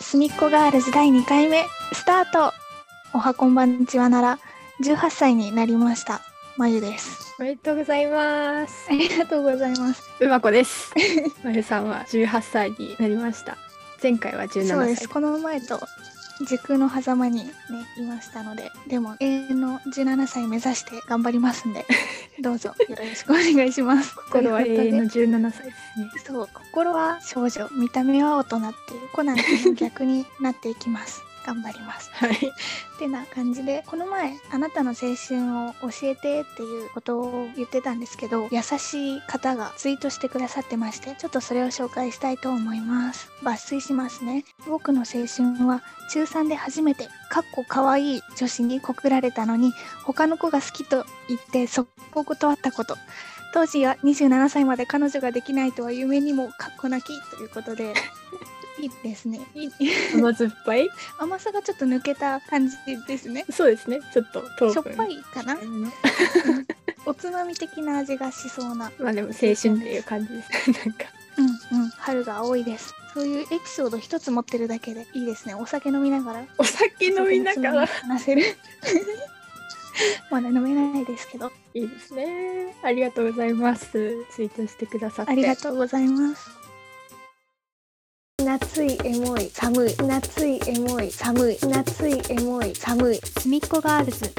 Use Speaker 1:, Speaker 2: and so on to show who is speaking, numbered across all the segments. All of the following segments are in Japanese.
Speaker 1: すみっこガールズ第2回目スタートおはこんばんちはなら18歳になりましたまゆです
Speaker 2: おめでとうございます
Speaker 1: あ。りがとうございます
Speaker 2: うまこです。 まゆさんは18歳になりました。前回は17歳。
Speaker 1: そうですこの前と時空の狭間にねいましたのででも永遠の17歳目指して頑張りますん でどうぞよろしくお願いします
Speaker 2: 心は
Speaker 1: と
Speaker 2: 永
Speaker 1: いうことで
Speaker 2: 遠の17歳ですね。
Speaker 1: そう心は少女見た目は大人っていうコナン君の逆になっていきます頑張ります
Speaker 2: はい。
Speaker 1: ってな感じでこの前「あなたの青春を教えて」っていうことを言ってたんですけど優しい方がツイートしてくださってましてちょっとそれを紹介したいと思います抜粋しますね僕の青春は中3で初めてかっこかわいい女子に告られたのに他の子が好きと言って速攻断ったこと当時は27歳まで彼女ができないとは夢にもかっこなきということでいいですねいい
Speaker 2: 甘酸っぱい。
Speaker 1: 甘さがちょっと抜けた感じですね
Speaker 2: そうですね。ちょっと糖分。
Speaker 1: しょっぱいか なおつまみ的な味がしそうな
Speaker 2: まあでも青春っていう感じです。なんか。
Speaker 1: うんうん春が青いですそういうエピソード一つ持ってるだけでいいですねお酒飲みながら
Speaker 2: お酒飲みなが
Speaker 1: お酒の
Speaker 2: ら。
Speaker 1: つまみ話せる まだ飲めないですけど
Speaker 2: いいですね。ありがとうございます。ツイートしてくださって。
Speaker 1: ありがとうございます
Speaker 3: 夏いエモい寒い夏いエモい寒い夏いエモい寒い
Speaker 1: すみっこガールズ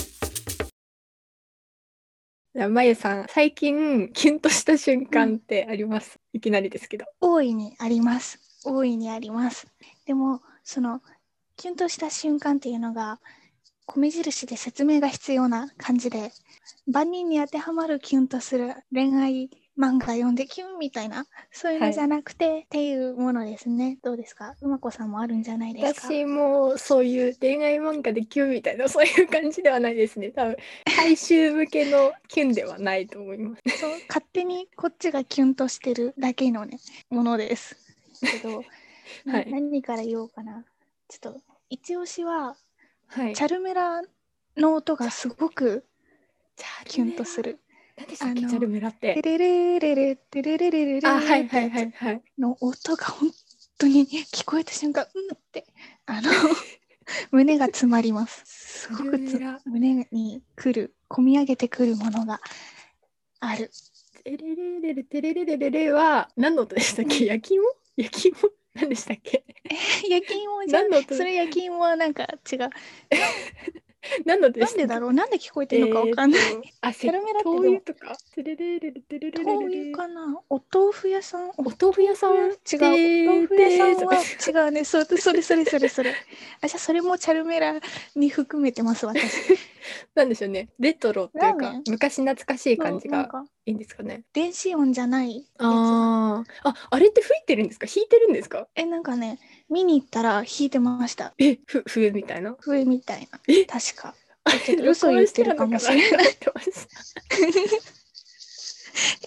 Speaker 2: じゃあまゆさん、最近キュンとした瞬間ってあります。いきなりですけど。
Speaker 1: 大いにあります大いにありますでもそのキュンとした瞬間っていうのが米印で説明が必要な感じで万人に当てはまるキュンとする恋愛漫画読んでキュンみたいなそういう
Speaker 2: は
Speaker 1: の
Speaker 2: い
Speaker 1: じゃなくて、っていうものですねどうですかうまこさんもあるんじゃないですか
Speaker 2: 私もそういう恋愛漫画でキュンみたいなそういう感じではないですね多分大衆向けのキュンではないと思います
Speaker 1: そう勝手にこっちがキュンとしてるだけのねものですけど、な
Speaker 2: はい
Speaker 1: 何から言おうかなちょっと一押しは
Speaker 2: はい
Speaker 1: チャルメラの音がすごくキ
Speaker 2: キ
Speaker 1: ュンとする。
Speaker 2: 何でしたっ
Speaker 1: あ
Speaker 2: け
Speaker 1: の
Speaker 2: チャルメラっ
Speaker 1: テ
Speaker 2: て
Speaker 1: レレレレテレレレレレ
Speaker 2: あはいはいはいはい
Speaker 1: の音が本当に聞こえた瞬間うんってあの胸が詰まります。すごくつ
Speaker 2: チャルメラ
Speaker 1: 胸にくる込み上げてくるものがある。
Speaker 2: テレレレレテレレレレレは何の音でしたっけ焼き芋焼き芋何でしたっけ
Speaker 1: 焼き芋じゃん
Speaker 2: 何の。音
Speaker 1: それ焼き芋はなんか違う。
Speaker 2: 何の音で
Speaker 1: な
Speaker 2: し
Speaker 1: んで
Speaker 2: た
Speaker 1: だ
Speaker 2: っ
Speaker 1: ろう。なんで聞こえ
Speaker 2: け
Speaker 1: てるのかわかんない。
Speaker 2: えーとあ
Speaker 1: チャルメラって
Speaker 2: 灯
Speaker 1: どう
Speaker 2: 油とかテレレレレテレレレレ
Speaker 1: こう
Speaker 2: レ
Speaker 1: いうかな。お豆腐屋さん。お
Speaker 2: お豆腐屋さん
Speaker 1: 違う。お豆腐屋さん
Speaker 2: で
Speaker 1: は違うね。そうそれそれそれそれ。 あじゃあそれもチャルメラに含めてます私。
Speaker 2: なんでしょうねレトロっていう
Speaker 1: ラー
Speaker 2: か
Speaker 1: メン
Speaker 2: 昔懐かしい感じ
Speaker 1: なん
Speaker 2: が
Speaker 1: か
Speaker 2: いいんですかね
Speaker 1: 電子音じゃないやつ。
Speaker 2: あーああれって吹いてるんですか弾いてるんですか
Speaker 1: えなんかね見に行ったら弾いてました。
Speaker 2: えふ笛みたいな
Speaker 1: 笛みたいな
Speaker 2: え
Speaker 1: 確か。
Speaker 2: あ
Speaker 1: ちょっと嘘言ってるかもしれ
Speaker 2: ない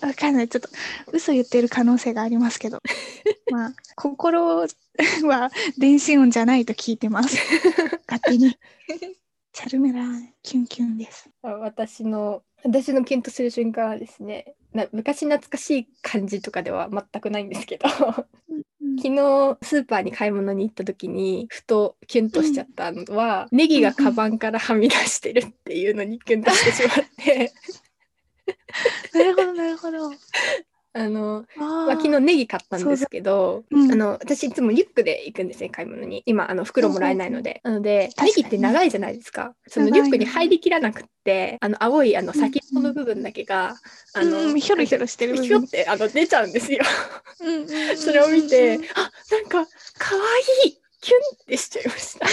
Speaker 1: わかんないちょっと嘘言ってる可能性があります けど。まあ心は電子音じゃないと聞いて ます。勝手に。チャルメラキュンキュンです。
Speaker 2: 私の私のキュンとする瞬間はですねな昔懐かしい感じとかでは全くないんですけど 昨日スーパーに買い物に行った時にふとキュンとしちゃったのは、ネギがカバンからはみ出してるっていうのにキュンとしてしまって
Speaker 1: なるほどなるほど。
Speaker 2: あの
Speaker 1: あ
Speaker 2: まあ、昨日ネギ買ったんですけど、
Speaker 1: そうだうん
Speaker 2: あの私いつもリュックで行くんですね買い物に今あの袋もらえないので、なので
Speaker 1: 確か
Speaker 2: ネ
Speaker 1: に
Speaker 2: ギって長いじゃないですかそ
Speaker 1: 長
Speaker 2: の
Speaker 1: い
Speaker 2: リ
Speaker 1: ね
Speaker 2: ュックに入りきらなくってあの青いあの先っぽの部分だけが、あの、
Speaker 1: うん、ひょろひょろしてる部
Speaker 2: ひょ
Speaker 1: 分
Speaker 2: ってあの出ちゃうんですよ
Speaker 1: うんうんうんうん
Speaker 2: それを見 て、あなんか可愛いキュンってしちゃいました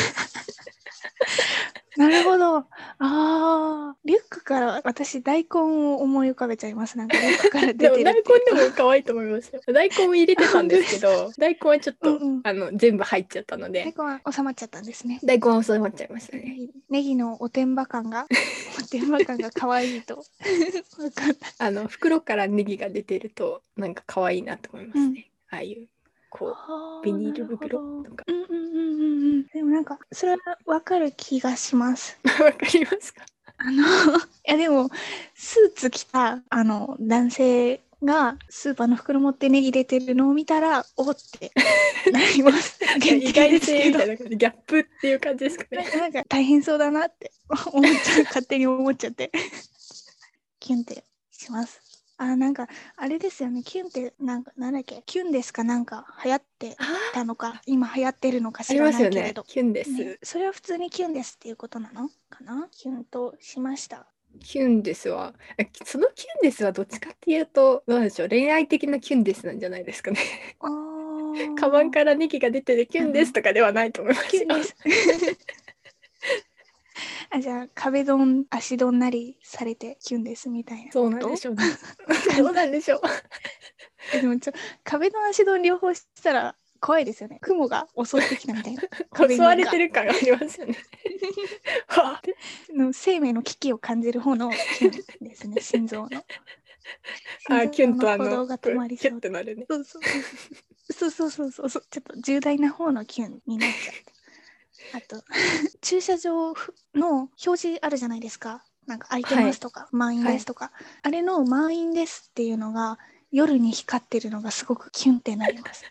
Speaker 1: なるほどああーリュックから私大根を思い浮かべちゃいますなんかリュックから出て
Speaker 2: で
Speaker 1: るっ
Speaker 2: も
Speaker 1: て
Speaker 2: 大根でも可愛いと思いましたよ大根も入れてたんです けど大根はちょっと、
Speaker 1: うんうん
Speaker 2: あの全部入っちゃったの
Speaker 1: 大
Speaker 2: で
Speaker 1: 根は収まっちゃったんですね
Speaker 2: 大根は収まっちゃいましたね
Speaker 1: ネギのおてんば感 がおてんば感が可愛いとわかんない
Speaker 2: あの袋からネギが出てるとなんか可愛いなと思いますね。ああいうこうビニール袋とか
Speaker 1: うんうんうんうんうんでもなんかそれはわかる気がします
Speaker 2: わかりますか？
Speaker 1: あのいやでもスーツ着たあの男性がスーパーの袋持ってね入れてるのを見たらおーってなります限
Speaker 2: 意
Speaker 1: 定
Speaker 2: 外
Speaker 1: です
Speaker 2: 性
Speaker 1: け
Speaker 2: み
Speaker 1: ど
Speaker 2: たいな感じギャップっていう感じですか
Speaker 1: なん
Speaker 2: ね。
Speaker 1: かなんか大変そうだなって思っちゃう勝手に思っちゃってキュンってしますあなんかあれですよねキュンってなんかなんだっけキュンですかなんか流行って
Speaker 2: あ
Speaker 1: たのか今流行ってるのか
Speaker 2: あ
Speaker 1: 知
Speaker 2: り
Speaker 1: ら
Speaker 2: ま
Speaker 1: な
Speaker 2: す
Speaker 1: いけ
Speaker 2: よ
Speaker 1: れ
Speaker 2: ね
Speaker 1: ど。、
Speaker 2: キュンです、
Speaker 1: ねそれは普通にキュンですっていうことなのかなキュンとしました
Speaker 2: キュンですは、えそのキュンですはどっちかっていうと、どうなんでしょう、恋愛的なキュンですなんじゃないですかね。
Speaker 1: あー
Speaker 2: カバンからネギが出ててキュンですとかではないと思います
Speaker 1: キ
Speaker 2: よ。
Speaker 1: ュンです。 あじゃあ壁ドン足ドンなりされてキュンですみたいな
Speaker 2: そうなんでしょうね。そうなんでしょう。
Speaker 1: えでもちょ壁ドン足ドン両方したら怖いですよね雲が襲ってきたみたいな
Speaker 2: 襲われて
Speaker 1: る
Speaker 2: る感がありますよね。はあ
Speaker 1: の生命の危機を感じる方のキュンですね心臓の
Speaker 2: あ、キュンとあ
Speaker 1: 心臓の
Speaker 2: の、
Speaker 1: 鼓動
Speaker 2: キ
Speaker 1: が止まりそ
Speaker 2: ュ
Speaker 1: う
Speaker 2: ッとなるね。
Speaker 1: そうそうそうそうそうそうそうちょっと重大な方のキュンになっちゃってあと 駐車場の表示あるじゃないですかなんか空いてますとか、満員ですとか、あれの満員ですっていうのが夜に光ってるのがすごくキュンってなり ます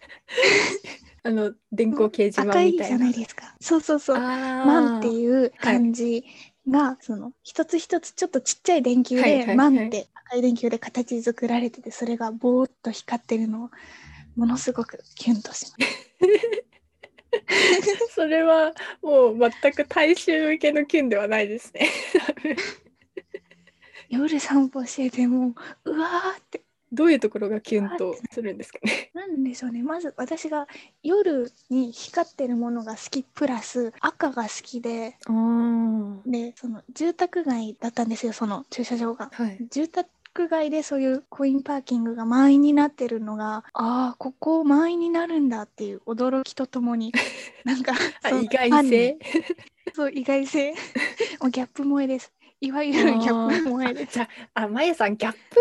Speaker 2: あの、電光掲示板
Speaker 1: 赤い
Speaker 2: み
Speaker 1: じ
Speaker 2: たい
Speaker 1: ゃ
Speaker 2: な。
Speaker 1: ないですかそうそうそう
Speaker 2: あー
Speaker 1: 万っていう漢字が、その一つ一つちょっとちっちゃい電球
Speaker 2: はいはいは
Speaker 1: で
Speaker 2: い
Speaker 1: 万って赤い電球で形作られててそれがぼーっと光ってるのをものすごくキュンとします。
Speaker 2: それはもう全く大衆向けのキュンではないですね。
Speaker 1: 夜散歩しててもううわーって
Speaker 2: どういうところがキュンとするんですかね。
Speaker 1: なんでしょうねまず私が夜に光ってるものが好きプラス赤が好きで
Speaker 2: ああ、
Speaker 1: でその住宅街だったんですよその駐車場が。
Speaker 2: はい。
Speaker 1: 住宅街でそういうコインパーキングが満員になってるのがああここ満員になるんだっていう驚きととも になんか
Speaker 2: あ
Speaker 1: その
Speaker 2: 意外
Speaker 1: ファン
Speaker 2: 性
Speaker 1: に。そう意外性 もうギャップ萌えですいわゆるギャップ萌えです
Speaker 2: じゃあ、あまやさん、ギャップ萌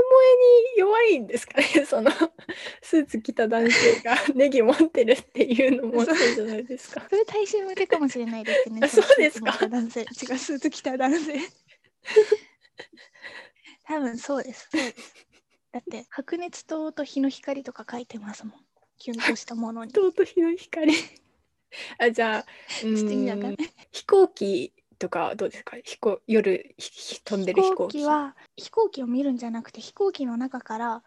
Speaker 2: えに弱いんですかね。 そのスーツ着た男性 がネギ持ってるっていうのもそうじゃないですか。
Speaker 1: それ大衆向けかもしれないですね
Speaker 2: あ そうですか
Speaker 1: のスーツ着た男性違うスーツ着た男性 多分そうですそうですだって白熱灯と日の光とか書いてますもんキュンとしたものに
Speaker 2: とうと日の光。あ、じゃあ、う
Speaker 1: ちょっと意味わかん
Speaker 2: ー
Speaker 1: なんい
Speaker 2: 飛行機とかどうですか。飛行夜ひひ飛んでる飛行機。
Speaker 1: は飛行機を見るんじゃなくて飛行機の中から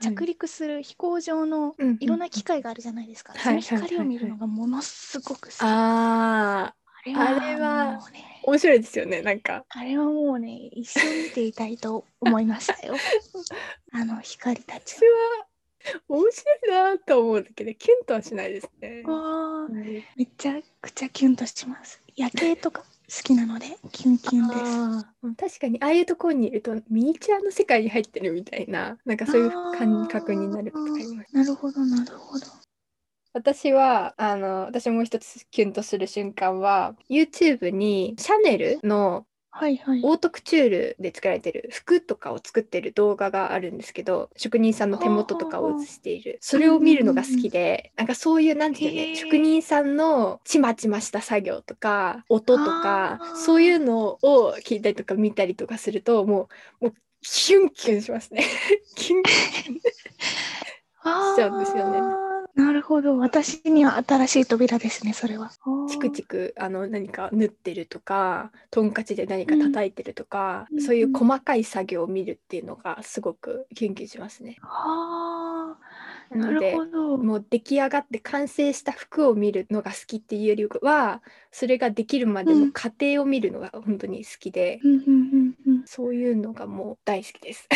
Speaker 1: 着
Speaker 2: 陸
Speaker 1: 陸する飛行場のいろんな機械があるじゃないですか、
Speaker 2: うん
Speaker 1: その
Speaker 2: はい
Speaker 1: 光
Speaker 2: はい
Speaker 1: を
Speaker 2: はいはい
Speaker 1: 見るのがものすごく好き、
Speaker 2: ああ。
Speaker 1: あ
Speaker 2: あ
Speaker 1: れ
Speaker 2: れ
Speaker 1: は
Speaker 2: は
Speaker 1: もうね
Speaker 2: 面白いですよねなんか
Speaker 1: あれはもうね一生見ていたいと思いましたよ あの光たち
Speaker 2: 私は面白いなと思うんだけどキュンとはしないですね。
Speaker 1: はめちゃくちゃキュンとします夜景とか好きなのでキュンキュンです
Speaker 2: あー確かにああいうところにいるとミニチュアの世界に入ってるみたいななんかそういう感覚になることがあります。
Speaker 1: なるほどなるほど
Speaker 2: 私はあの私もう一つキュンとする瞬間は YouTube にシャネルの
Speaker 1: はいはい
Speaker 2: オートクチュールで作られてる服とかを作ってる動画があるんですけど職人さんの手元とかを映しているそれを見るのが好きでなんかそういうなんていうの
Speaker 1: へ
Speaker 2: ね
Speaker 1: ー
Speaker 2: 職人さんのちまちました作業とか音とか
Speaker 1: あー
Speaker 2: そういうのを聞いたりとか見たりとかするともうもうキュンキュンし ますねキュンキュン
Speaker 1: あ
Speaker 2: しちゃうんですよね
Speaker 1: ーなるほど私には新しい扉ですねそれは。
Speaker 2: チクチクあの何か縫ってるとかトンカチで何か叩いてるとか、
Speaker 1: うん
Speaker 2: そういう細かい作業を見るっていうのがすごくキュンキュンしますね。
Speaker 1: あー
Speaker 2: な
Speaker 1: な
Speaker 2: ので
Speaker 1: るほど。
Speaker 2: もう出来上がって完成した服を見るのが好きっていうよりはそれができるまで
Speaker 1: う
Speaker 2: の
Speaker 1: ん
Speaker 2: 過程を見るのが本当に好きで、
Speaker 1: うんうんうんうん、
Speaker 2: そういうのがもう大好きです。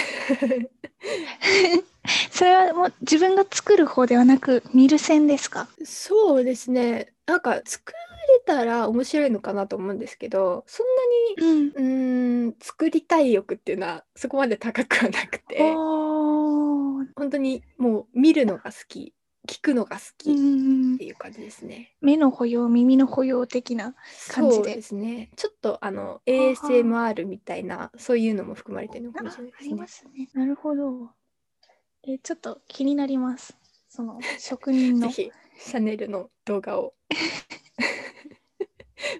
Speaker 1: それはもう自分が作る方ではなく見る線ですか
Speaker 2: そうですねなんか作れたら面白いのかなと思うんですけどそんなに
Speaker 1: うん。
Speaker 2: うーん作りたい欲っていうのはそこまで高くはなくて
Speaker 1: おー
Speaker 2: 本当にもう見るのが好き聞くのが好
Speaker 1: う
Speaker 2: き
Speaker 1: んう
Speaker 2: っ
Speaker 1: んうん
Speaker 2: ていう感じですね。
Speaker 1: 目の保養耳の保養的な。感じで
Speaker 2: そうですね。ちょっとあの ASMR みたいなそういうのも含まれてるのかもしれないです
Speaker 1: りま
Speaker 2: ね。
Speaker 1: すね。なるほど。えちょっと気になります。そ の職人
Speaker 2: ぜ
Speaker 1: の。
Speaker 2: ひシャネルの動画を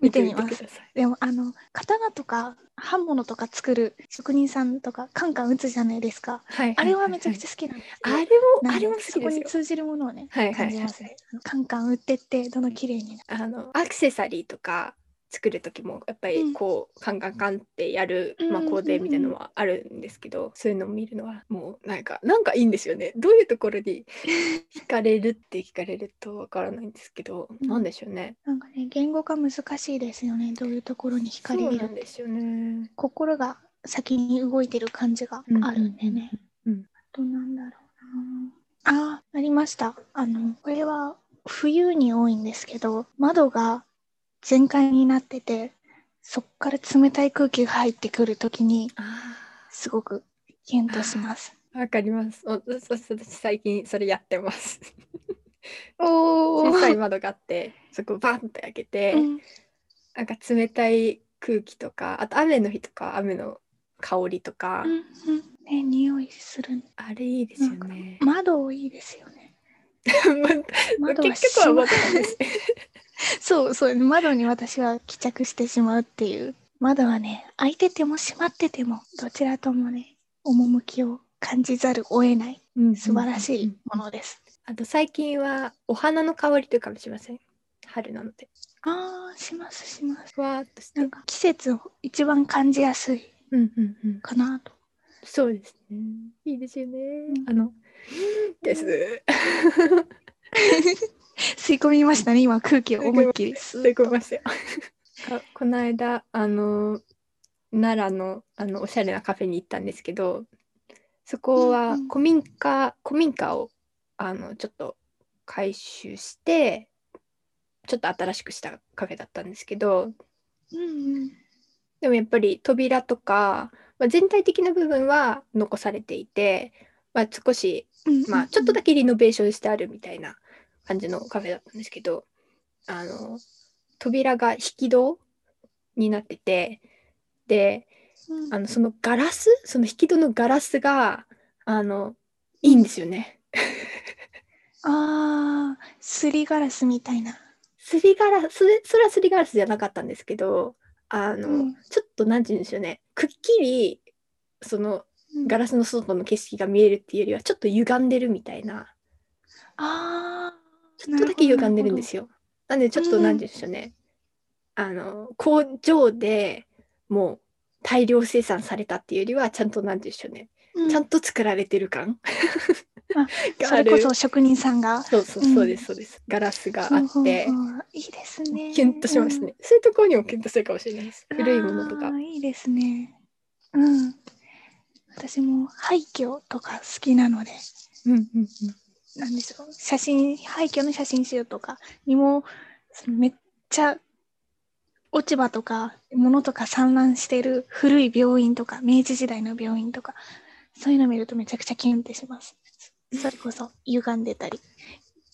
Speaker 1: 見てみます
Speaker 2: 見てください
Speaker 1: でもあの刀とか刃物とか作る職人さんとかカンカン打つじゃないですか
Speaker 2: はい
Speaker 1: あれはめちゃくち
Speaker 2: ゃ
Speaker 1: ゃ好きなんです
Speaker 2: あれもあれも好き
Speaker 1: そこ
Speaker 2: です
Speaker 1: に
Speaker 2: よ
Speaker 1: 通じるものをね
Speaker 2: はいはい
Speaker 1: 感じますねあのカンカン打ってってどんどん綺麗になる
Speaker 2: あのアクセサリーとか作る時もやっぱりこう、カンカンカンってやる、まあ、
Speaker 1: うん
Speaker 2: 工程みたいなのはあるんですけど、そういうのを見るのはもうなんかなんかいいんですよねどういうとこ ろに惹かれるって聞かれるとわからないんですけど、
Speaker 1: うん
Speaker 2: なんでしょうね
Speaker 1: なんかね言語化難しいですよねどういうところに惹かれ
Speaker 2: そう
Speaker 1: る
Speaker 2: なんですよね
Speaker 1: 心が先に動いてる感じがあるんでね、
Speaker 2: うんうんうんうん
Speaker 1: どうなんだろうなあーありましたあのこれは冬に多いんですけど窓が全開になっててそっから冷たい空気が入ってくるときに
Speaker 2: あ
Speaker 1: すごくキュンとします
Speaker 2: ーわかりますお私私最近それやってます
Speaker 1: お
Speaker 2: 小さい窓があってそこバンって開けて、なんか冷たい空気とかあと雨の日とか雨の香りとか、
Speaker 1: ね匂いする
Speaker 2: あれいいですよね。
Speaker 1: 窓いいですよね窓は
Speaker 2: 結
Speaker 1: 閉
Speaker 2: 局は
Speaker 1: ま
Speaker 2: まだなんですね。
Speaker 1: そうそう、窓に私は帰着してしまうっていう。窓はね、開いてても閉まってても、どちらともね、趣を感じざるを得ない、素晴らしいものです。
Speaker 2: あと最近はお花の香りとかもしません。春なので。
Speaker 1: ああ、しますします。
Speaker 2: ふわーっとして
Speaker 1: なん。か季節を一番感じやすい
Speaker 2: うんうんうん。
Speaker 1: かなと。
Speaker 2: そうですね。いいですよね。
Speaker 1: ん
Speaker 2: あの。です。
Speaker 1: 吸い込みましたね、今空気を思いっきり。
Speaker 2: すごいましたよ。あこの間あの奈良のあのおしゃれなカフェに行ったんですけど、そ
Speaker 1: う
Speaker 2: こ
Speaker 1: ん
Speaker 2: は
Speaker 1: うん
Speaker 2: 古民家、古民家をあのちょっと改修してちょっと新しくしたカフェだったんですけど、
Speaker 1: うんうん。
Speaker 2: でもやっぱり扉とか、まあ、全体的な部分は残されていて、まあ、少し
Speaker 1: うん
Speaker 2: まあ、ちょっとだ
Speaker 1: け。
Speaker 2: けリノベーションしてあるみたいな感じのカフェだったんですけどあの扉が引き戸になっててで
Speaker 1: うん
Speaker 2: あのそのガラスその引き戸のガラスがあのいいんですよね。
Speaker 1: ああ、すりガラスみたいな。
Speaker 2: すりガラスそれそれはすりガラスじゃなかったんですけどあの、
Speaker 1: うん
Speaker 2: ちょっとなんて言うんでしょうねくっきりその
Speaker 1: うん
Speaker 2: ガラスの外の景色が見えるっていうよりはちょっと歪んでるみたいな
Speaker 1: ああ、
Speaker 2: ちょっとだけ歪んでるん
Speaker 1: す
Speaker 2: ですよ。なんでちょっと
Speaker 1: うん
Speaker 2: 何でしょうね、あの工場でもう大量生産されたっていうよりはちゃんと何でしょうね、
Speaker 1: うん
Speaker 2: ちゃんと作られてる感
Speaker 1: あ
Speaker 2: が
Speaker 1: そ
Speaker 2: あ
Speaker 1: れ
Speaker 2: る
Speaker 1: こそ職人さんが。
Speaker 2: そうそうそうですそうです、ガラスがあ
Speaker 1: ほ
Speaker 2: っ
Speaker 1: う
Speaker 2: て
Speaker 1: ほうほういいですね。
Speaker 2: キュンとしますね、そういうところにもキュンとするかもしれないです
Speaker 1: うん。
Speaker 2: 古いものと
Speaker 1: あ
Speaker 2: か
Speaker 1: ーいいですね。うん。私も廃墟とか好きなので、
Speaker 2: うんうんうん
Speaker 1: なんでしょう。写真、廃墟の写真集とかにも、そのめっちゃ落ち葉とか物とか散乱してる古い病院とか、明治時代の病院とか、そういうの見るとめちゃくちゃキュンってします。それこそ歪んでたり。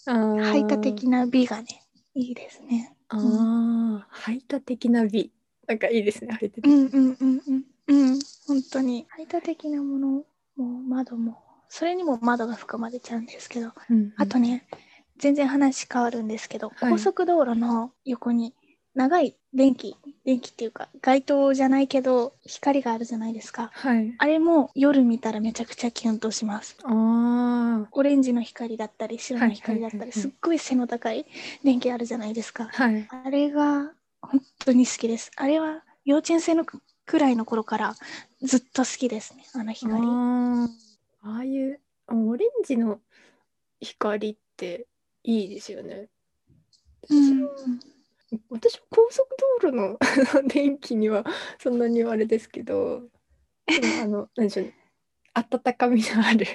Speaker 2: あー
Speaker 1: 排他的な美がね、いいですね。
Speaker 2: あー排他的な美なんかいいですね排他的、
Speaker 1: うんうんうんうん。うん、本当に。排他的なものも窓も、それにも窓が含まれちゃうんですけど、
Speaker 2: うんうん
Speaker 1: あとね、全然話変わるんですけど、
Speaker 2: はい
Speaker 1: 高速道路の横に長い電気、電気っていうか、街灯じゃないけど、光があるじゃないですか。
Speaker 2: はい
Speaker 1: あれも夜見たらめちゃくちゃキュンとします。
Speaker 2: あー
Speaker 1: オレンジの光だったり、白の光だった
Speaker 2: はいはいはいは
Speaker 1: り、
Speaker 2: い
Speaker 1: すっごい背の高い電気あるじゃないですか。
Speaker 2: はい
Speaker 1: あれが本当に好きです。あれは幼稚園生のくくらいの頃からずっと好きですね、あの光。
Speaker 2: ああああいうオレンジの光っていいですよね。
Speaker 1: うん
Speaker 2: 私は高速道路の 電気にはそんなにあれですけど、でもあ の何でしょうね、温かみのある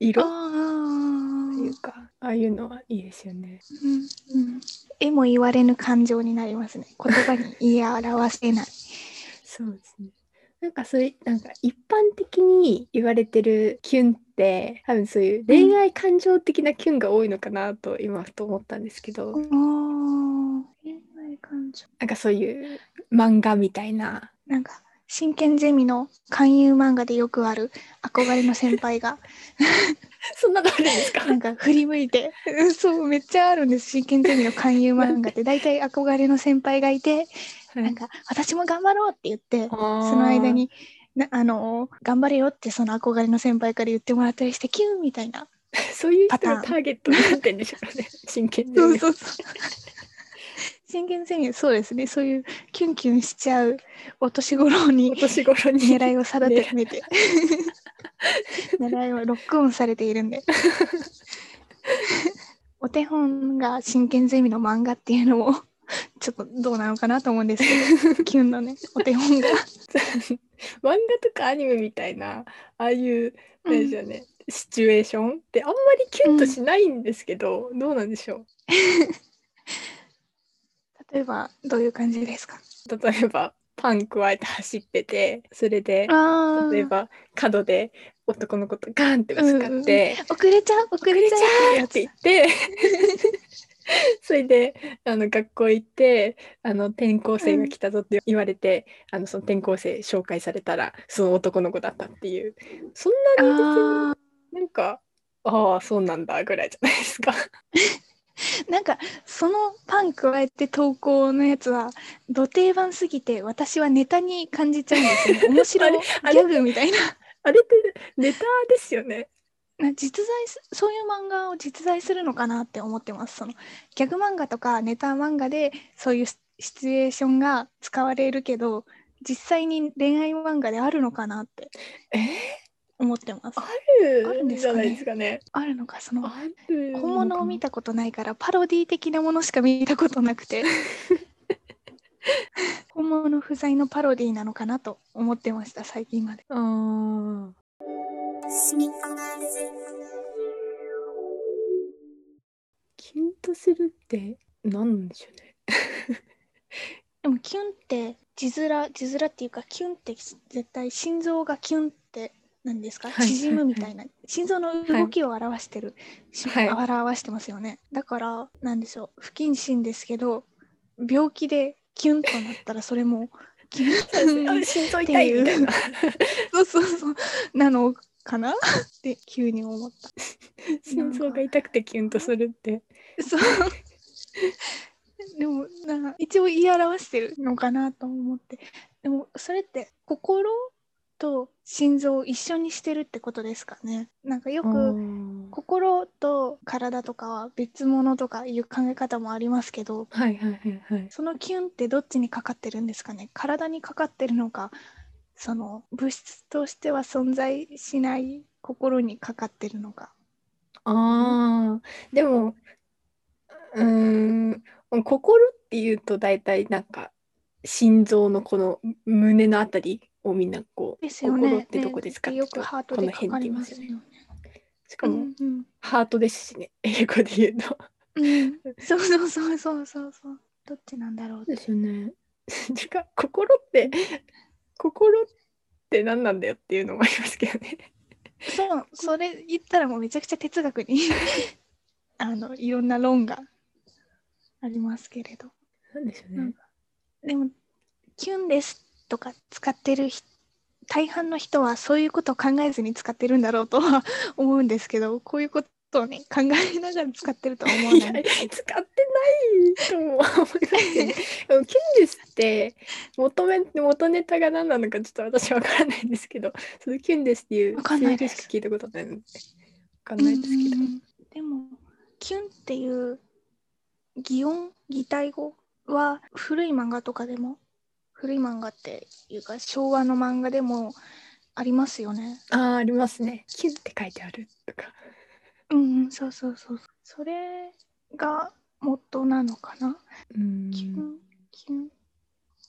Speaker 2: 色と
Speaker 1: あ
Speaker 2: い
Speaker 1: ー
Speaker 2: うか、ああいうのはいいですよね。
Speaker 1: うんうん絵も言われぬ感情になりますね。言葉に言い表せ ない。
Speaker 2: そうですね。なんかそういうなんか一般的に言われてるキュンって多分そういう恋愛感情的なキュンが多いのかなと今ふと思ったんですけど、
Speaker 1: おー言えない感情
Speaker 2: なんかそういう漫画みたいな。
Speaker 1: なんか真剣ゼミの勧誘漫画でよくある憧れの先輩が
Speaker 2: そんなのあるんですか
Speaker 1: なんか振り向いてそうめっちゃあるんです真剣ゼミの勧誘漫画って大体憧れの先輩がいてなんか私も頑張ろうって言ってそ
Speaker 2: そ
Speaker 1: の間になあの頑張れよってその憧れの先輩から言ってもらったりしてキュンみたいな
Speaker 2: そういう
Speaker 1: パター
Speaker 2: 人
Speaker 1: ン
Speaker 2: をターゲットになってんでしょう ね真剣ゼミ
Speaker 1: そうそうそう 真剣ゼミそうですねそういうキュンキュンしちゃうお年頃
Speaker 2: お
Speaker 1: に
Speaker 2: 年頃に
Speaker 1: 狙いを定めて 狙いをロックオンされているん でお手本が真剣ゼミの漫画っていうのも ちょっとどうなのかなと思うんですけ どキュンのねお手本が
Speaker 2: 漫画とかアニメみたいなああいうなんでしょうね、シチュエーションってあんまりキュンとしないんですけど、どうなんでしょ
Speaker 1: 例えばどういう感じですか
Speaker 2: う例えばパン加えて走っててそれで
Speaker 1: あ
Speaker 2: 例えば角で男の子とガンってぶつかって、
Speaker 1: 遅れちゃう遅
Speaker 2: 遅
Speaker 1: れ
Speaker 2: れ
Speaker 1: ち
Speaker 2: ち
Speaker 1: ゃう
Speaker 2: ゃうって言って それであの学校行ってあの転校生が来たぞって言われて、あのその転校生紹介されたらその男の子だったっていうそんなに別に
Speaker 1: あ
Speaker 2: なんかああそうなんだぐらいじゃないですか。
Speaker 1: ーなんかそのパン加えて投稿のやつは土定番すぎて私はネタに感じちゃうんですよね面白いギ
Speaker 2: あれ
Speaker 1: ャグみたいな
Speaker 2: あれってネタですよね。
Speaker 1: な実在すそういう漫画を実在するのかなって思ってますそのギャグ漫画とかネタ漫画でそういうシシチュエーションが使われるけど実際に恋愛漫画であるのかなって
Speaker 2: え
Speaker 1: 思ってます
Speaker 2: あ
Speaker 1: あ
Speaker 2: る
Speaker 1: るん
Speaker 2: ん
Speaker 1: です
Speaker 2: じ
Speaker 1: か
Speaker 2: ゃ
Speaker 1: ね
Speaker 2: ないですかね。
Speaker 1: あるのかその
Speaker 2: ある
Speaker 1: 本物を見たことないからパロディ的なものしか見たことなく て本物不在のパロディなのかなと思ってました最近まで
Speaker 2: あーキュンとするって何なんでしょうね。
Speaker 1: でもキュンって字面字面っていうかキュンって絶対心臓がキュンってなんですか、
Speaker 2: はい
Speaker 1: 縮むみたいな心臓の動きを表してる、し
Speaker 2: はい
Speaker 1: 表してますよねだからなんでしょう不謹慎ですけど病気でキュンとなったらそれ もキュン
Speaker 2: あ心臓痛いみたいな。
Speaker 1: そうそうそうなのかなって急に思った。
Speaker 2: 心臓が痛くてキュンとするって。
Speaker 1: そう でもなんか一応言い表してるのかなと思ってでもそれって心と心臓を一緒にしてるってことですかねなんかよ
Speaker 2: あ
Speaker 1: く
Speaker 2: ー
Speaker 1: 心と体とかは別物とかいう考え方もありますけど
Speaker 2: はいはいはいはい。
Speaker 1: そのキュンってどっちにかかってるんですかね体にかかってるのかその物質としては存在しない心にかかってるのか
Speaker 2: ああ、でも、うーん、心っていうと大体なんか心臓のこの胸のあたりをみんなこう、
Speaker 1: ですよね。
Speaker 2: 心ってどこですか
Speaker 1: ね
Speaker 2: って
Speaker 1: よく
Speaker 2: 言うと
Speaker 1: ハート
Speaker 2: こ
Speaker 1: で
Speaker 2: の
Speaker 1: か
Speaker 2: 辺っ
Speaker 1: か
Speaker 2: て
Speaker 1: り
Speaker 2: 言い
Speaker 1: ま
Speaker 2: ます
Speaker 1: す
Speaker 2: よ
Speaker 1: よ
Speaker 2: ね。
Speaker 1: ね。
Speaker 2: しか
Speaker 1: う
Speaker 2: も
Speaker 1: んうん
Speaker 2: ハートですしね、英語で言うと。
Speaker 1: うん、そうそうそうそうそうそう。どっちなんだろう。
Speaker 2: ですよね。 てか、心って、心って何なんだよっていうのもありますけどね。
Speaker 1: そう、それ言ったらもうめちゃくちゃ哲学に あのいろんな論がありますけれど。
Speaker 2: なんでしょう
Speaker 1: ね。でもキュンですとか使ってる人大半の人はそういうことを考えずに使ってるんだろうとは思うんですけど、こういうことをね考えながら使ってるとは思わ
Speaker 2: い
Speaker 1: な
Speaker 2: や
Speaker 1: い
Speaker 2: 使ってないとも思いますけ どでもキュンデスって元め元ネタが何なのかちょっと私わからないんですけどそのキュンデスっていう
Speaker 1: わかんないです
Speaker 2: しか聞いたことないのでわかんないですけ
Speaker 1: う
Speaker 2: ど
Speaker 1: んうんうんでもキュンっていう擬音擬態語は古い漫画とかでも古い漫画っていうか昭和の漫画でもありますよね。
Speaker 2: あーありますねキュンって書いてあるとか
Speaker 1: うんうんそうそうそうそう。それが元なのかな。
Speaker 2: うーん
Speaker 1: キュンキュン。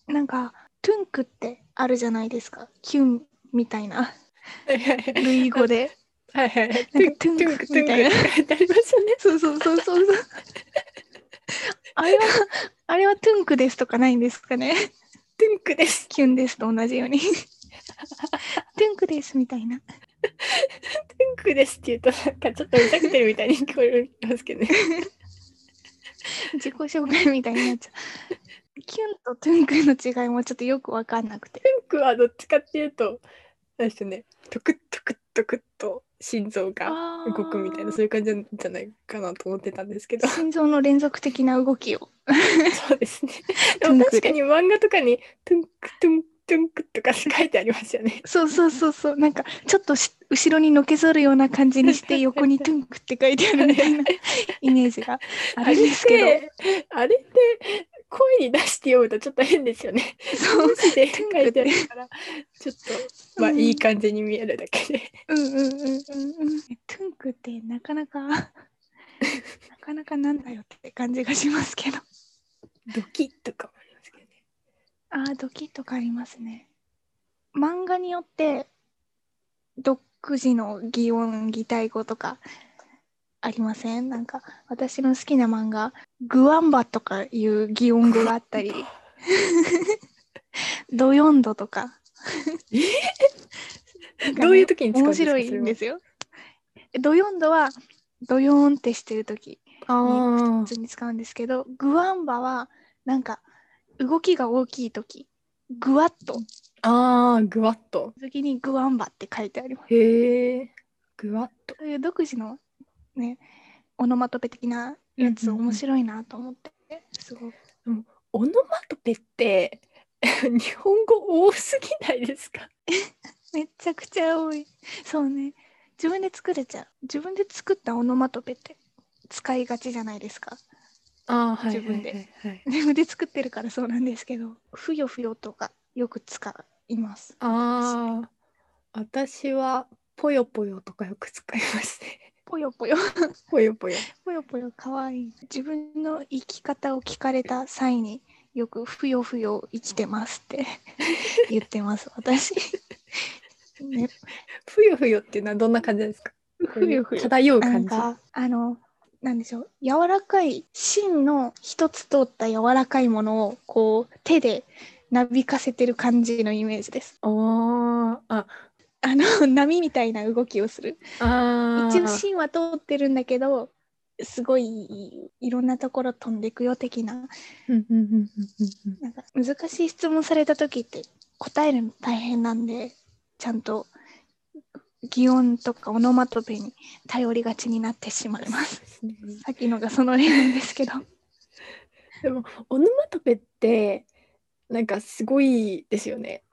Speaker 1: なんかトゥンクってあるじゃないですか。キュンみたいな
Speaker 2: はいはい
Speaker 1: 類語で。
Speaker 2: はい はい
Speaker 1: なんか トゥンク
Speaker 2: トゥンクトゥ
Speaker 1: み
Speaker 2: ンク
Speaker 1: たいな
Speaker 2: って書いてありますよね
Speaker 1: そうそうそうそうそう。あれはあれはトゥンクですとかないんですかね。
Speaker 2: トゥンクです
Speaker 1: キュンですと同じように。トゥンクですみたいな。
Speaker 2: トゥンクですって言うとなんかちょっとふざけてるみたいに聞こえますけどね
Speaker 1: 自己紹介みたいになっちゃう。キュンとトゥンクの違いもちょっとよくわかんなくて。
Speaker 2: トゥンクはどっちかっていうと何でしょうねトゥクトゥクトゥとくっと心臓が動くみたいなそういう感じなんじゃないかなと思ってたんです けど
Speaker 1: 心臓の連続的な動きを
Speaker 2: そうですねでも確かに漫画とかに「トゥンクトゥントゥンク」とか書いてありますよね
Speaker 1: そうそうそうそうなんかちょっとし後ろにのけぞるような感じにして横に「トゥンク」って書いてあるみたいなイメージが あるんですけど
Speaker 2: どあれって声に出して読むとちょっと変ですよね
Speaker 1: そう
Speaker 2: 文字で書いてあるからちょっとまあ
Speaker 1: うん
Speaker 2: いい感じに見えるだけで
Speaker 1: うんうんうんうんうん。トゥンクってなかなかなかなかなんだよって感じがしますけど。
Speaker 2: ドキッとかもありますけどね
Speaker 1: ああドキッとかありますね。漫画によって独自の擬音擬態語とかありませんなんか私の好きな漫画「グワンバ」とかいう擬音語があった り「ドヨンド」とか。なんかね
Speaker 2: どういう時に使うん
Speaker 1: 面
Speaker 2: ですか
Speaker 1: 白いんですよ。ドヨンドはドヨーンってしてる時
Speaker 2: あ
Speaker 1: 普通に使うんですけどグワンバはなんか動きが大きい時グワッと
Speaker 2: あーぐわっと
Speaker 1: 次にグワンバって書いてあります。
Speaker 2: へえぐわっと
Speaker 1: そういう独自のねオノマトペ的なやつ
Speaker 2: うんうんうん
Speaker 1: 面白いなと思って。すごく
Speaker 2: オノマトペって 日本語多すぎないですか
Speaker 1: めちゃくちゃ多いそうね自分で作れちゃう自分で作ったオノマトペって使いがちじゃないですか
Speaker 2: ああ
Speaker 1: はい
Speaker 2: 自分で、
Speaker 1: は自分で作ってるからそうなんですけどふよふよとかよく使います
Speaker 2: ああ私はぽよぽよとかよく使いますね
Speaker 1: ぽよぽよ
Speaker 2: ぽよぽよ
Speaker 1: ぽよぽよかわいい自分の生き方を聞かれた際によくふよふよ生きてますって 言ってます私ね
Speaker 2: ふよふよっていうのはどんな感じですか
Speaker 1: ふよふよ
Speaker 2: 漂う
Speaker 1: な
Speaker 2: 感
Speaker 1: ん
Speaker 2: じ
Speaker 1: かあのなんでしょう柔らかい芯の一つ通った柔らかいものをこう手でなびかせてる感じのイメージです
Speaker 2: ああ
Speaker 1: あの 波みたいな動きをする
Speaker 2: あ
Speaker 1: 一応芯は通ってるんだけどすごいいろんなところ飛んでいくよ的な
Speaker 2: うんうんうんうんうん
Speaker 1: なんか難しい質問された時って答えるの大変なんでちゃんと擬音とかオノマトペに頼りがちになってしまいます。
Speaker 2: うん
Speaker 1: さっきのがその例なんですけど。
Speaker 2: でもオノマトペってなんかすごいですよね。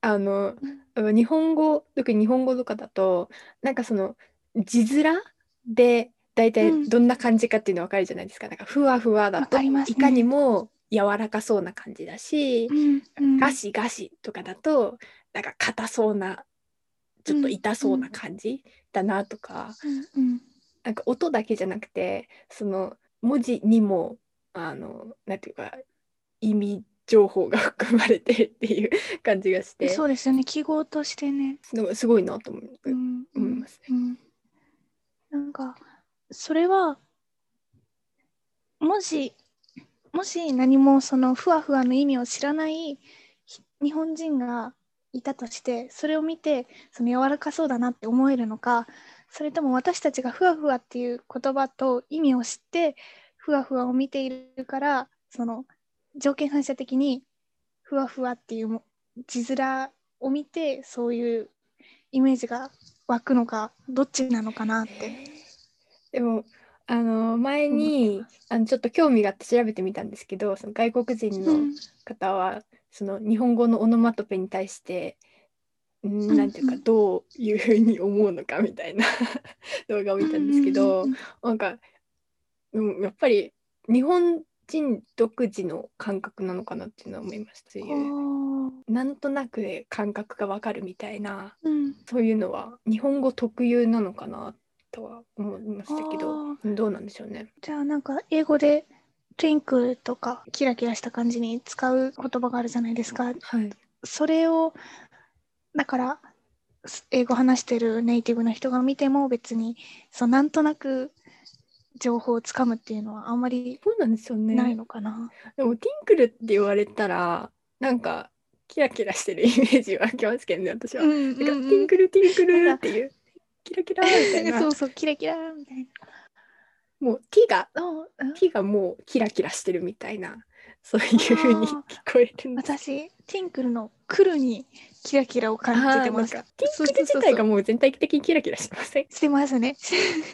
Speaker 2: あの日本語特に日本語とかだとなんかその字面で大
Speaker 1: うん
Speaker 2: 体どんな感じかっていうの分かるじゃないですか。なんかふわふわだ
Speaker 1: わ
Speaker 2: と
Speaker 1: かりますね
Speaker 2: いかにも柔らかそうな感じだし、
Speaker 1: うんうん
Speaker 2: ガシガシとかだとなんか硬そうなちょっと痛そうな感じだなとか、
Speaker 1: うんうん
Speaker 2: なんか音だけじゃなくてその文字にもあのなんていうか意味情報が 含まれてっていう感じがして
Speaker 1: そうですよね記号としてね。
Speaker 2: なんかすごいなと思う。
Speaker 1: うん
Speaker 2: 思います
Speaker 1: うんなんかそれはもしもし何もそのふわふわの意味を知らないひ日本人がいたとしてそれを見てその柔らかそうだなって思えるのかそれとも私たちがふわふわっていう言葉と意味を知ってふわふわを見ているからその条件反射的にふわふわっていうも字面を見てそういうイメージが湧くのかどっちなのかなって。
Speaker 2: でもあの前
Speaker 1: 思って
Speaker 2: に
Speaker 1: ま
Speaker 2: あのちょっと興味があって調べてみたんですけどその外国人
Speaker 1: う
Speaker 2: の
Speaker 1: ん
Speaker 2: 方は、その日本語のオノマトペに対して
Speaker 1: ん
Speaker 2: んなんていうか
Speaker 1: うん
Speaker 2: どういうふうに思うのかみたいな 動画を見たんですけど。
Speaker 1: うんうんうん
Speaker 2: なんか、うん、やっぱり日本人独自の感覚なのかなっていうのは思いました。そういう
Speaker 1: うん
Speaker 2: なんとなくで感覚がわかるみたいな
Speaker 1: うん
Speaker 2: そういうのは日本語特有なのかなとは思いましたけ
Speaker 1: あ
Speaker 2: どどうなんでしょうね。
Speaker 1: じゃあなんか英語でトゥインクとかキラキラした感じに使う言葉があるじゃないですか。
Speaker 2: はい、
Speaker 1: それをだからす英語話してるネイティブの人が見ても別にそうなんとなく情報をつかむっていうのはあんまり
Speaker 2: そうなんですよね。
Speaker 1: ないのかな。
Speaker 2: でもティンクルって言われたらなんかキラキラしてるイメージはきますけどね私は。
Speaker 1: ん
Speaker 2: なんかティンクルティンクルっていうキラキラみたい
Speaker 1: そ
Speaker 2: な
Speaker 1: うそうキラキラみたいな。
Speaker 2: もう「ティ」が
Speaker 1: あうん
Speaker 2: 木がもうキラキラしてるみたいなそういうふうに聞こえるんです
Speaker 1: 私ティンクルの「くる」にキラキラを感じてました
Speaker 2: あーなんかティンクル
Speaker 1: そうそ
Speaker 2: 自
Speaker 1: うそう
Speaker 2: 体がもう全体的にキラキラしてません
Speaker 1: してますね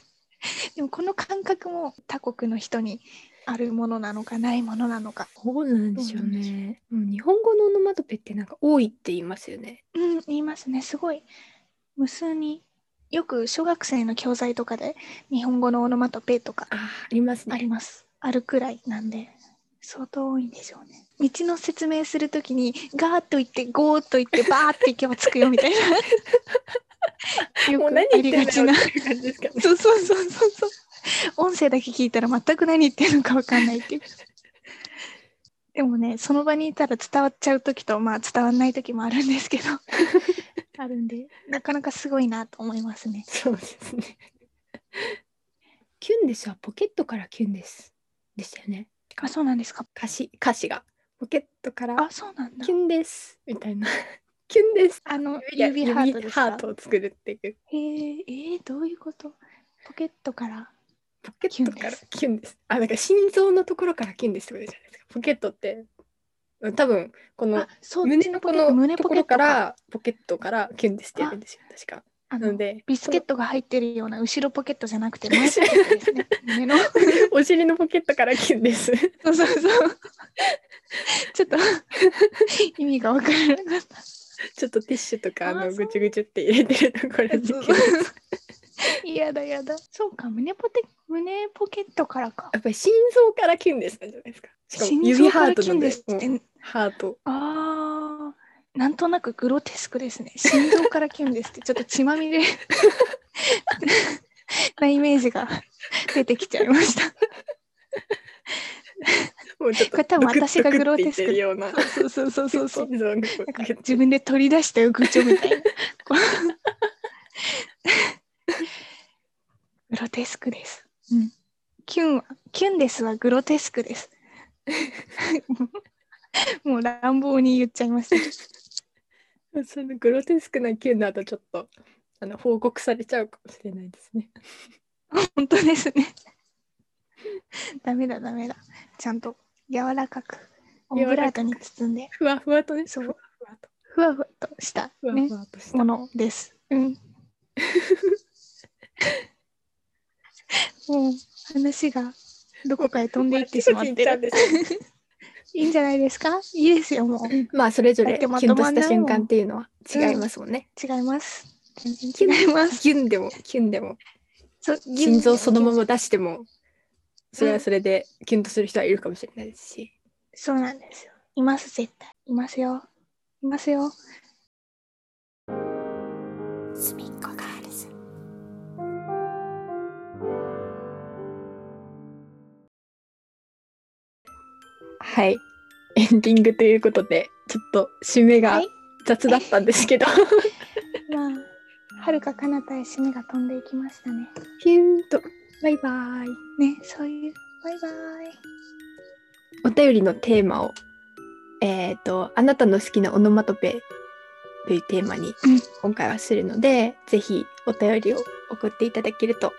Speaker 1: でもこの感覚も他国の人にあるものなのかないものなのか
Speaker 2: そうなんでしょ
Speaker 1: そううなんで
Speaker 2: ね。うん日本語のオノマトペってなんか多いって言いますよね。
Speaker 1: うん、言いますね。すごい無数によく小学生の教材とかで日本語のオノマトペとか
Speaker 2: あーあります
Speaker 1: あ
Speaker 2: ね。
Speaker 1: ります。あるくらいなんで相当多いんでしょうね。道の説明するときにガーッと言ってゴーッと言ってバーッと行けば着くよみたい な。よ
Speaker 2: もう
Speaker 1: くあ
Speaker 2: 何言っ
Speaker 1: り
Speaker 2: てん
Speaker 1: がちな。
Speaker 2: だろうっていう感じですかね。
Speaker 1: そうそうそうそうそう。音声だけ聞いたら全く何言ってるのか分かんないっていう。でもね、その場にいたら伝わっちゃう時と、まあ伝わんない時もあるん ですけど、あるんで、なかなかすごいなと思いますね。
Speaker 2: そうですね。キュンですはポケットからキュンです。でしたよね。
Speaker 1: あ、そうなんですか。
Speaker 2: 歌詞歌詞がポケットから
Speaker 1: あ、そうなんだ
Speaker 2: キ。ュンですみたいな。キュンです。
Speaker 1: あの、
Speaker 2: 指
Speaker 1: 指ハートです
Speaker 2: ハー
Speaker 1: か。
Speaker 2: トを作るっていう。
Speaker 1: へええーどういうことポケットから。
Speaker 2: ポケット
Speaker 1: キュン
Speaker 2: か
Speaker 1: で
Speaker 2: ら
Speaker 1: す
Speaker 2: キュンです。あ、だから心臓のところからキュンですってことじゃないですか。ポケットって多分この
Speaker 1: あ、そう
Speaker 2: 胸のこの
Speaker 1: 胸
Speaker 2: と
Speaker 1: ポ
Speaker 2: こ
Speaker 1: ケッ
Speaker 2: ろ
Speaker 1: トか
Speaker 2: からポケットからキュンですってやるんですよ確か。
Speaker 1: あ
Speaker 2: なの
Speaker 1: の、
Speaker 2: で
Speaker 1: ビスケットが入ってるような後ろポケットじゃなく て、前ポケットですね。胸の。
Speaker 2: お尻のポケットからキュンです。
Speaker 1: そうそうそう。ちょっと意味が分からなかった。
Speaker 2: ちょっとティッシュとかあ
Speaker 1: あ
Speaker 2: の
Speaker 1: そう
Speaker 2: ぐちゅぐちゅって入れてるところでキュンです。
Speaker 1: 嫌だ嫌だ。そうか、胸ポテ胸ポケットからか。
Speaker 2: やっぱり心臓からキュンですなんじゃないですか。しかも
Speaker 1: 心
Speaker 2: 指
Speaker 1: 臓
Speaker 2: ハ
Speaker 1: か
Speaker 2: ー
Speaker 1: ら
Speaker 2: ト
Speaker 1: キ
Speaker 2: な
Speaker 1: ュン
Speaker 2: ん
Speaker 1: で
Speaker 2: です
Speaker 1: って。
Speaker 2: ハート。
Speaker 1: ああ、なんとなくグロテスクですね。心臓からキュンですって、ちょっと血まみれ なイメージが出てきちゃいました。
Speaker 2: もうちょっと
Speaker 1: これ多分
Speaker 2: ドクッ
Speaker 1: 私がグローテスク
Speaker 2: ドクッて言ってるような。
Speaker 1: そうそうそうそうそう。
Speaker 2: 心臓の
Speaker 1: なんか
Speaker 2: ポケット
Speaker 1: 自分で取り出したよ、愚痴みたいな。こう グロテスクです。うん、キュンは、キュンですはグロテスク です。もう乱暴に言っちゃいました。
Speaker 2: そのグロテスクなキュンだとちょっとあの報告されちゃうかもしれないですね。
Speaker 1: 本当ですね。ダメだ、ダメだ。ちゃんと柔らかく、オブラートに包んで、
Speaker 2: ふわふわとね。
Speaker 1: そう
Speaker 2: ふわふわと。
Speaker 1: ふわふわとした、
Speaker 2: ふわ
Speaker 1: ね
Speaker 2: ふ、わとした
Speaker 1: も。のです。うん。もう話がどこかへ飛んでいってしまってる。いいんじゃないですかいいですよ、もう。
Speaker 2: まあそれぞれ
Speaker 1: だっ
Speaker 2: キ
Speaker 1: てま
Speaker 2: ュン
Speaker 1: と
Speaker 2: と
Speaker 1: ま
Speaker 2: し
Speaker 1: ん
Speaker 2: た
Speaker 1: ない
Speaker 2: 瞬
Speaker 1: もん
Speaker 2: 間っていうのは違いますもんね。
Speaker 1: 違います。
Speaker 2: キュン
Speaker 1: 違います。
Speaker 2: キュンでもキュンでも
Speaker 1: そう
Speaker 2: 心臓そのま。
Speaker 1: ギュン
Speaker 2: ま出してもそれはそれでキュンとする人はいるかもしれないですし。
Speaker 1: そうなんですよ。います、絶対。いますよ。いますよ。
Speaker 3: すみっこガールズ
Speaker 2: はい。エンディングということでちょっと締めが
Speaker 1: はい
Speaker 2: 雑だったんですけど、
Speaker 1: まあ、はるか彼方へ締めが飛んでいきましたね。
Speaker 2: キュンとバイバイ。
Speaker 1: ね、そういう。バイバイ。
Speaker 2: お便りのテーマを、えっ、と、あなたの好きなオノマトペというテーマに
Speaker 1: うん
Speaker 2: 今回はするので、ぜひお便りを送っていただけると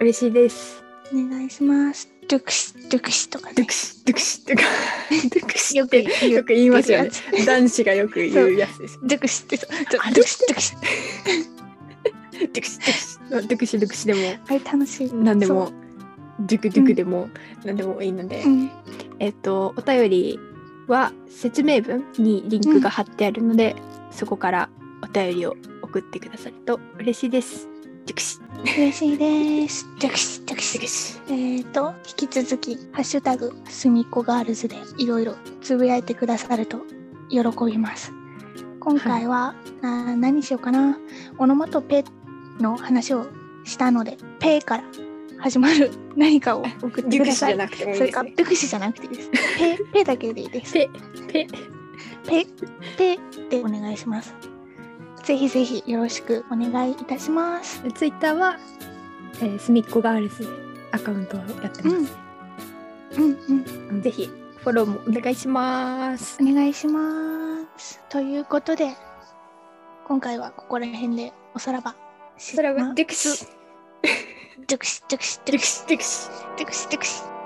Speaker 2: 嬉しいです。
Speaker 1: お願いします。ドゥクシ、ドゥクシとか
Speaker 2: ドゥ
Speaker 1: ね。
Speaker 2: クシ、ドゥクシ とか、ドゥクシ
Speaker 1: よ
Speaker 2: っ
Speaker 1: く
Speaker 2: て
Speaker 1: 言う
Speaker 2: よく言いますよね
Speaker 1: 言うや。つ
Speaker 2: 男子がよく言うやつです。
Speaker 1: ドゥクシってそう。ド
Speaker 2: あ
Speaker 1: ゥクシ、ドゥクシ。
Speaker 2: ドゥクシ、ドゥクシ、ドゥクシ、ドゥクシでも
Speaker 1: あれ楽しい。
Speaker 2: 何で
Speaker 1: そ
Speaker 2: も、ドゥクドゥクでも何でもいいので
Speaker 1: う。う、ん。
Speaker 2: えっ、と、お便りは説明文にリンクが貼ってあるので、そこからお便りを送ってくださると嬉しいです。ジュクシ
Speaker 1: 嬉しいです。ジャクシジャク
Speaker 2: ジュク
Speaker 1: シ。
Speaker 2: シ
Speaker 1: えーと、引き続き、ハッシュタグ、すみっこガールズでいろいろつぶやいてくださると喜びます。今回は、あー何しようかな。オノマトペの話をしたので、ペから始まる何かを送って
Speaker 2: ジュ
Speaker 1: くだ
Speaker 2: クシじ
Speaker 1: さ
Speaker 2: ゃ
Speaker 1: い。
Speaker 2: なくてもいい
Speaker 1: それ
Speaker 2: です
Speaker 1: か、ド
Speaker 2: ね。
Speaker 1: ゥクシじゃなくていいです。ペ、ペだけでいいです。
Speaker 2: ペ、ペ、
Speaker 1: ペ、ペでお願いします。ぜひぜひよろしくお願いいたします。
Speaker 2: ツイッターは、えー、すみっこガールズアカウントをやって
Speaker 1: う
Speaker 2: ま
Speaker 1: ん。うんうん。
Speaker 2: す。ぜひフォローもお願いします。
Speaker 1: お願いします。ということで、今回はここら辺でおさらばし
Speaker 2: それは
Speaker 1: ま
Speaker 2: ジュクシ
Speaker 1: ドゥクシドゥクシドゥ
Speaker 2: ジュク
Speaker 1: クシ
Speaker 2: シジュクシ
Speaker 1: ドゥクシドゥクシ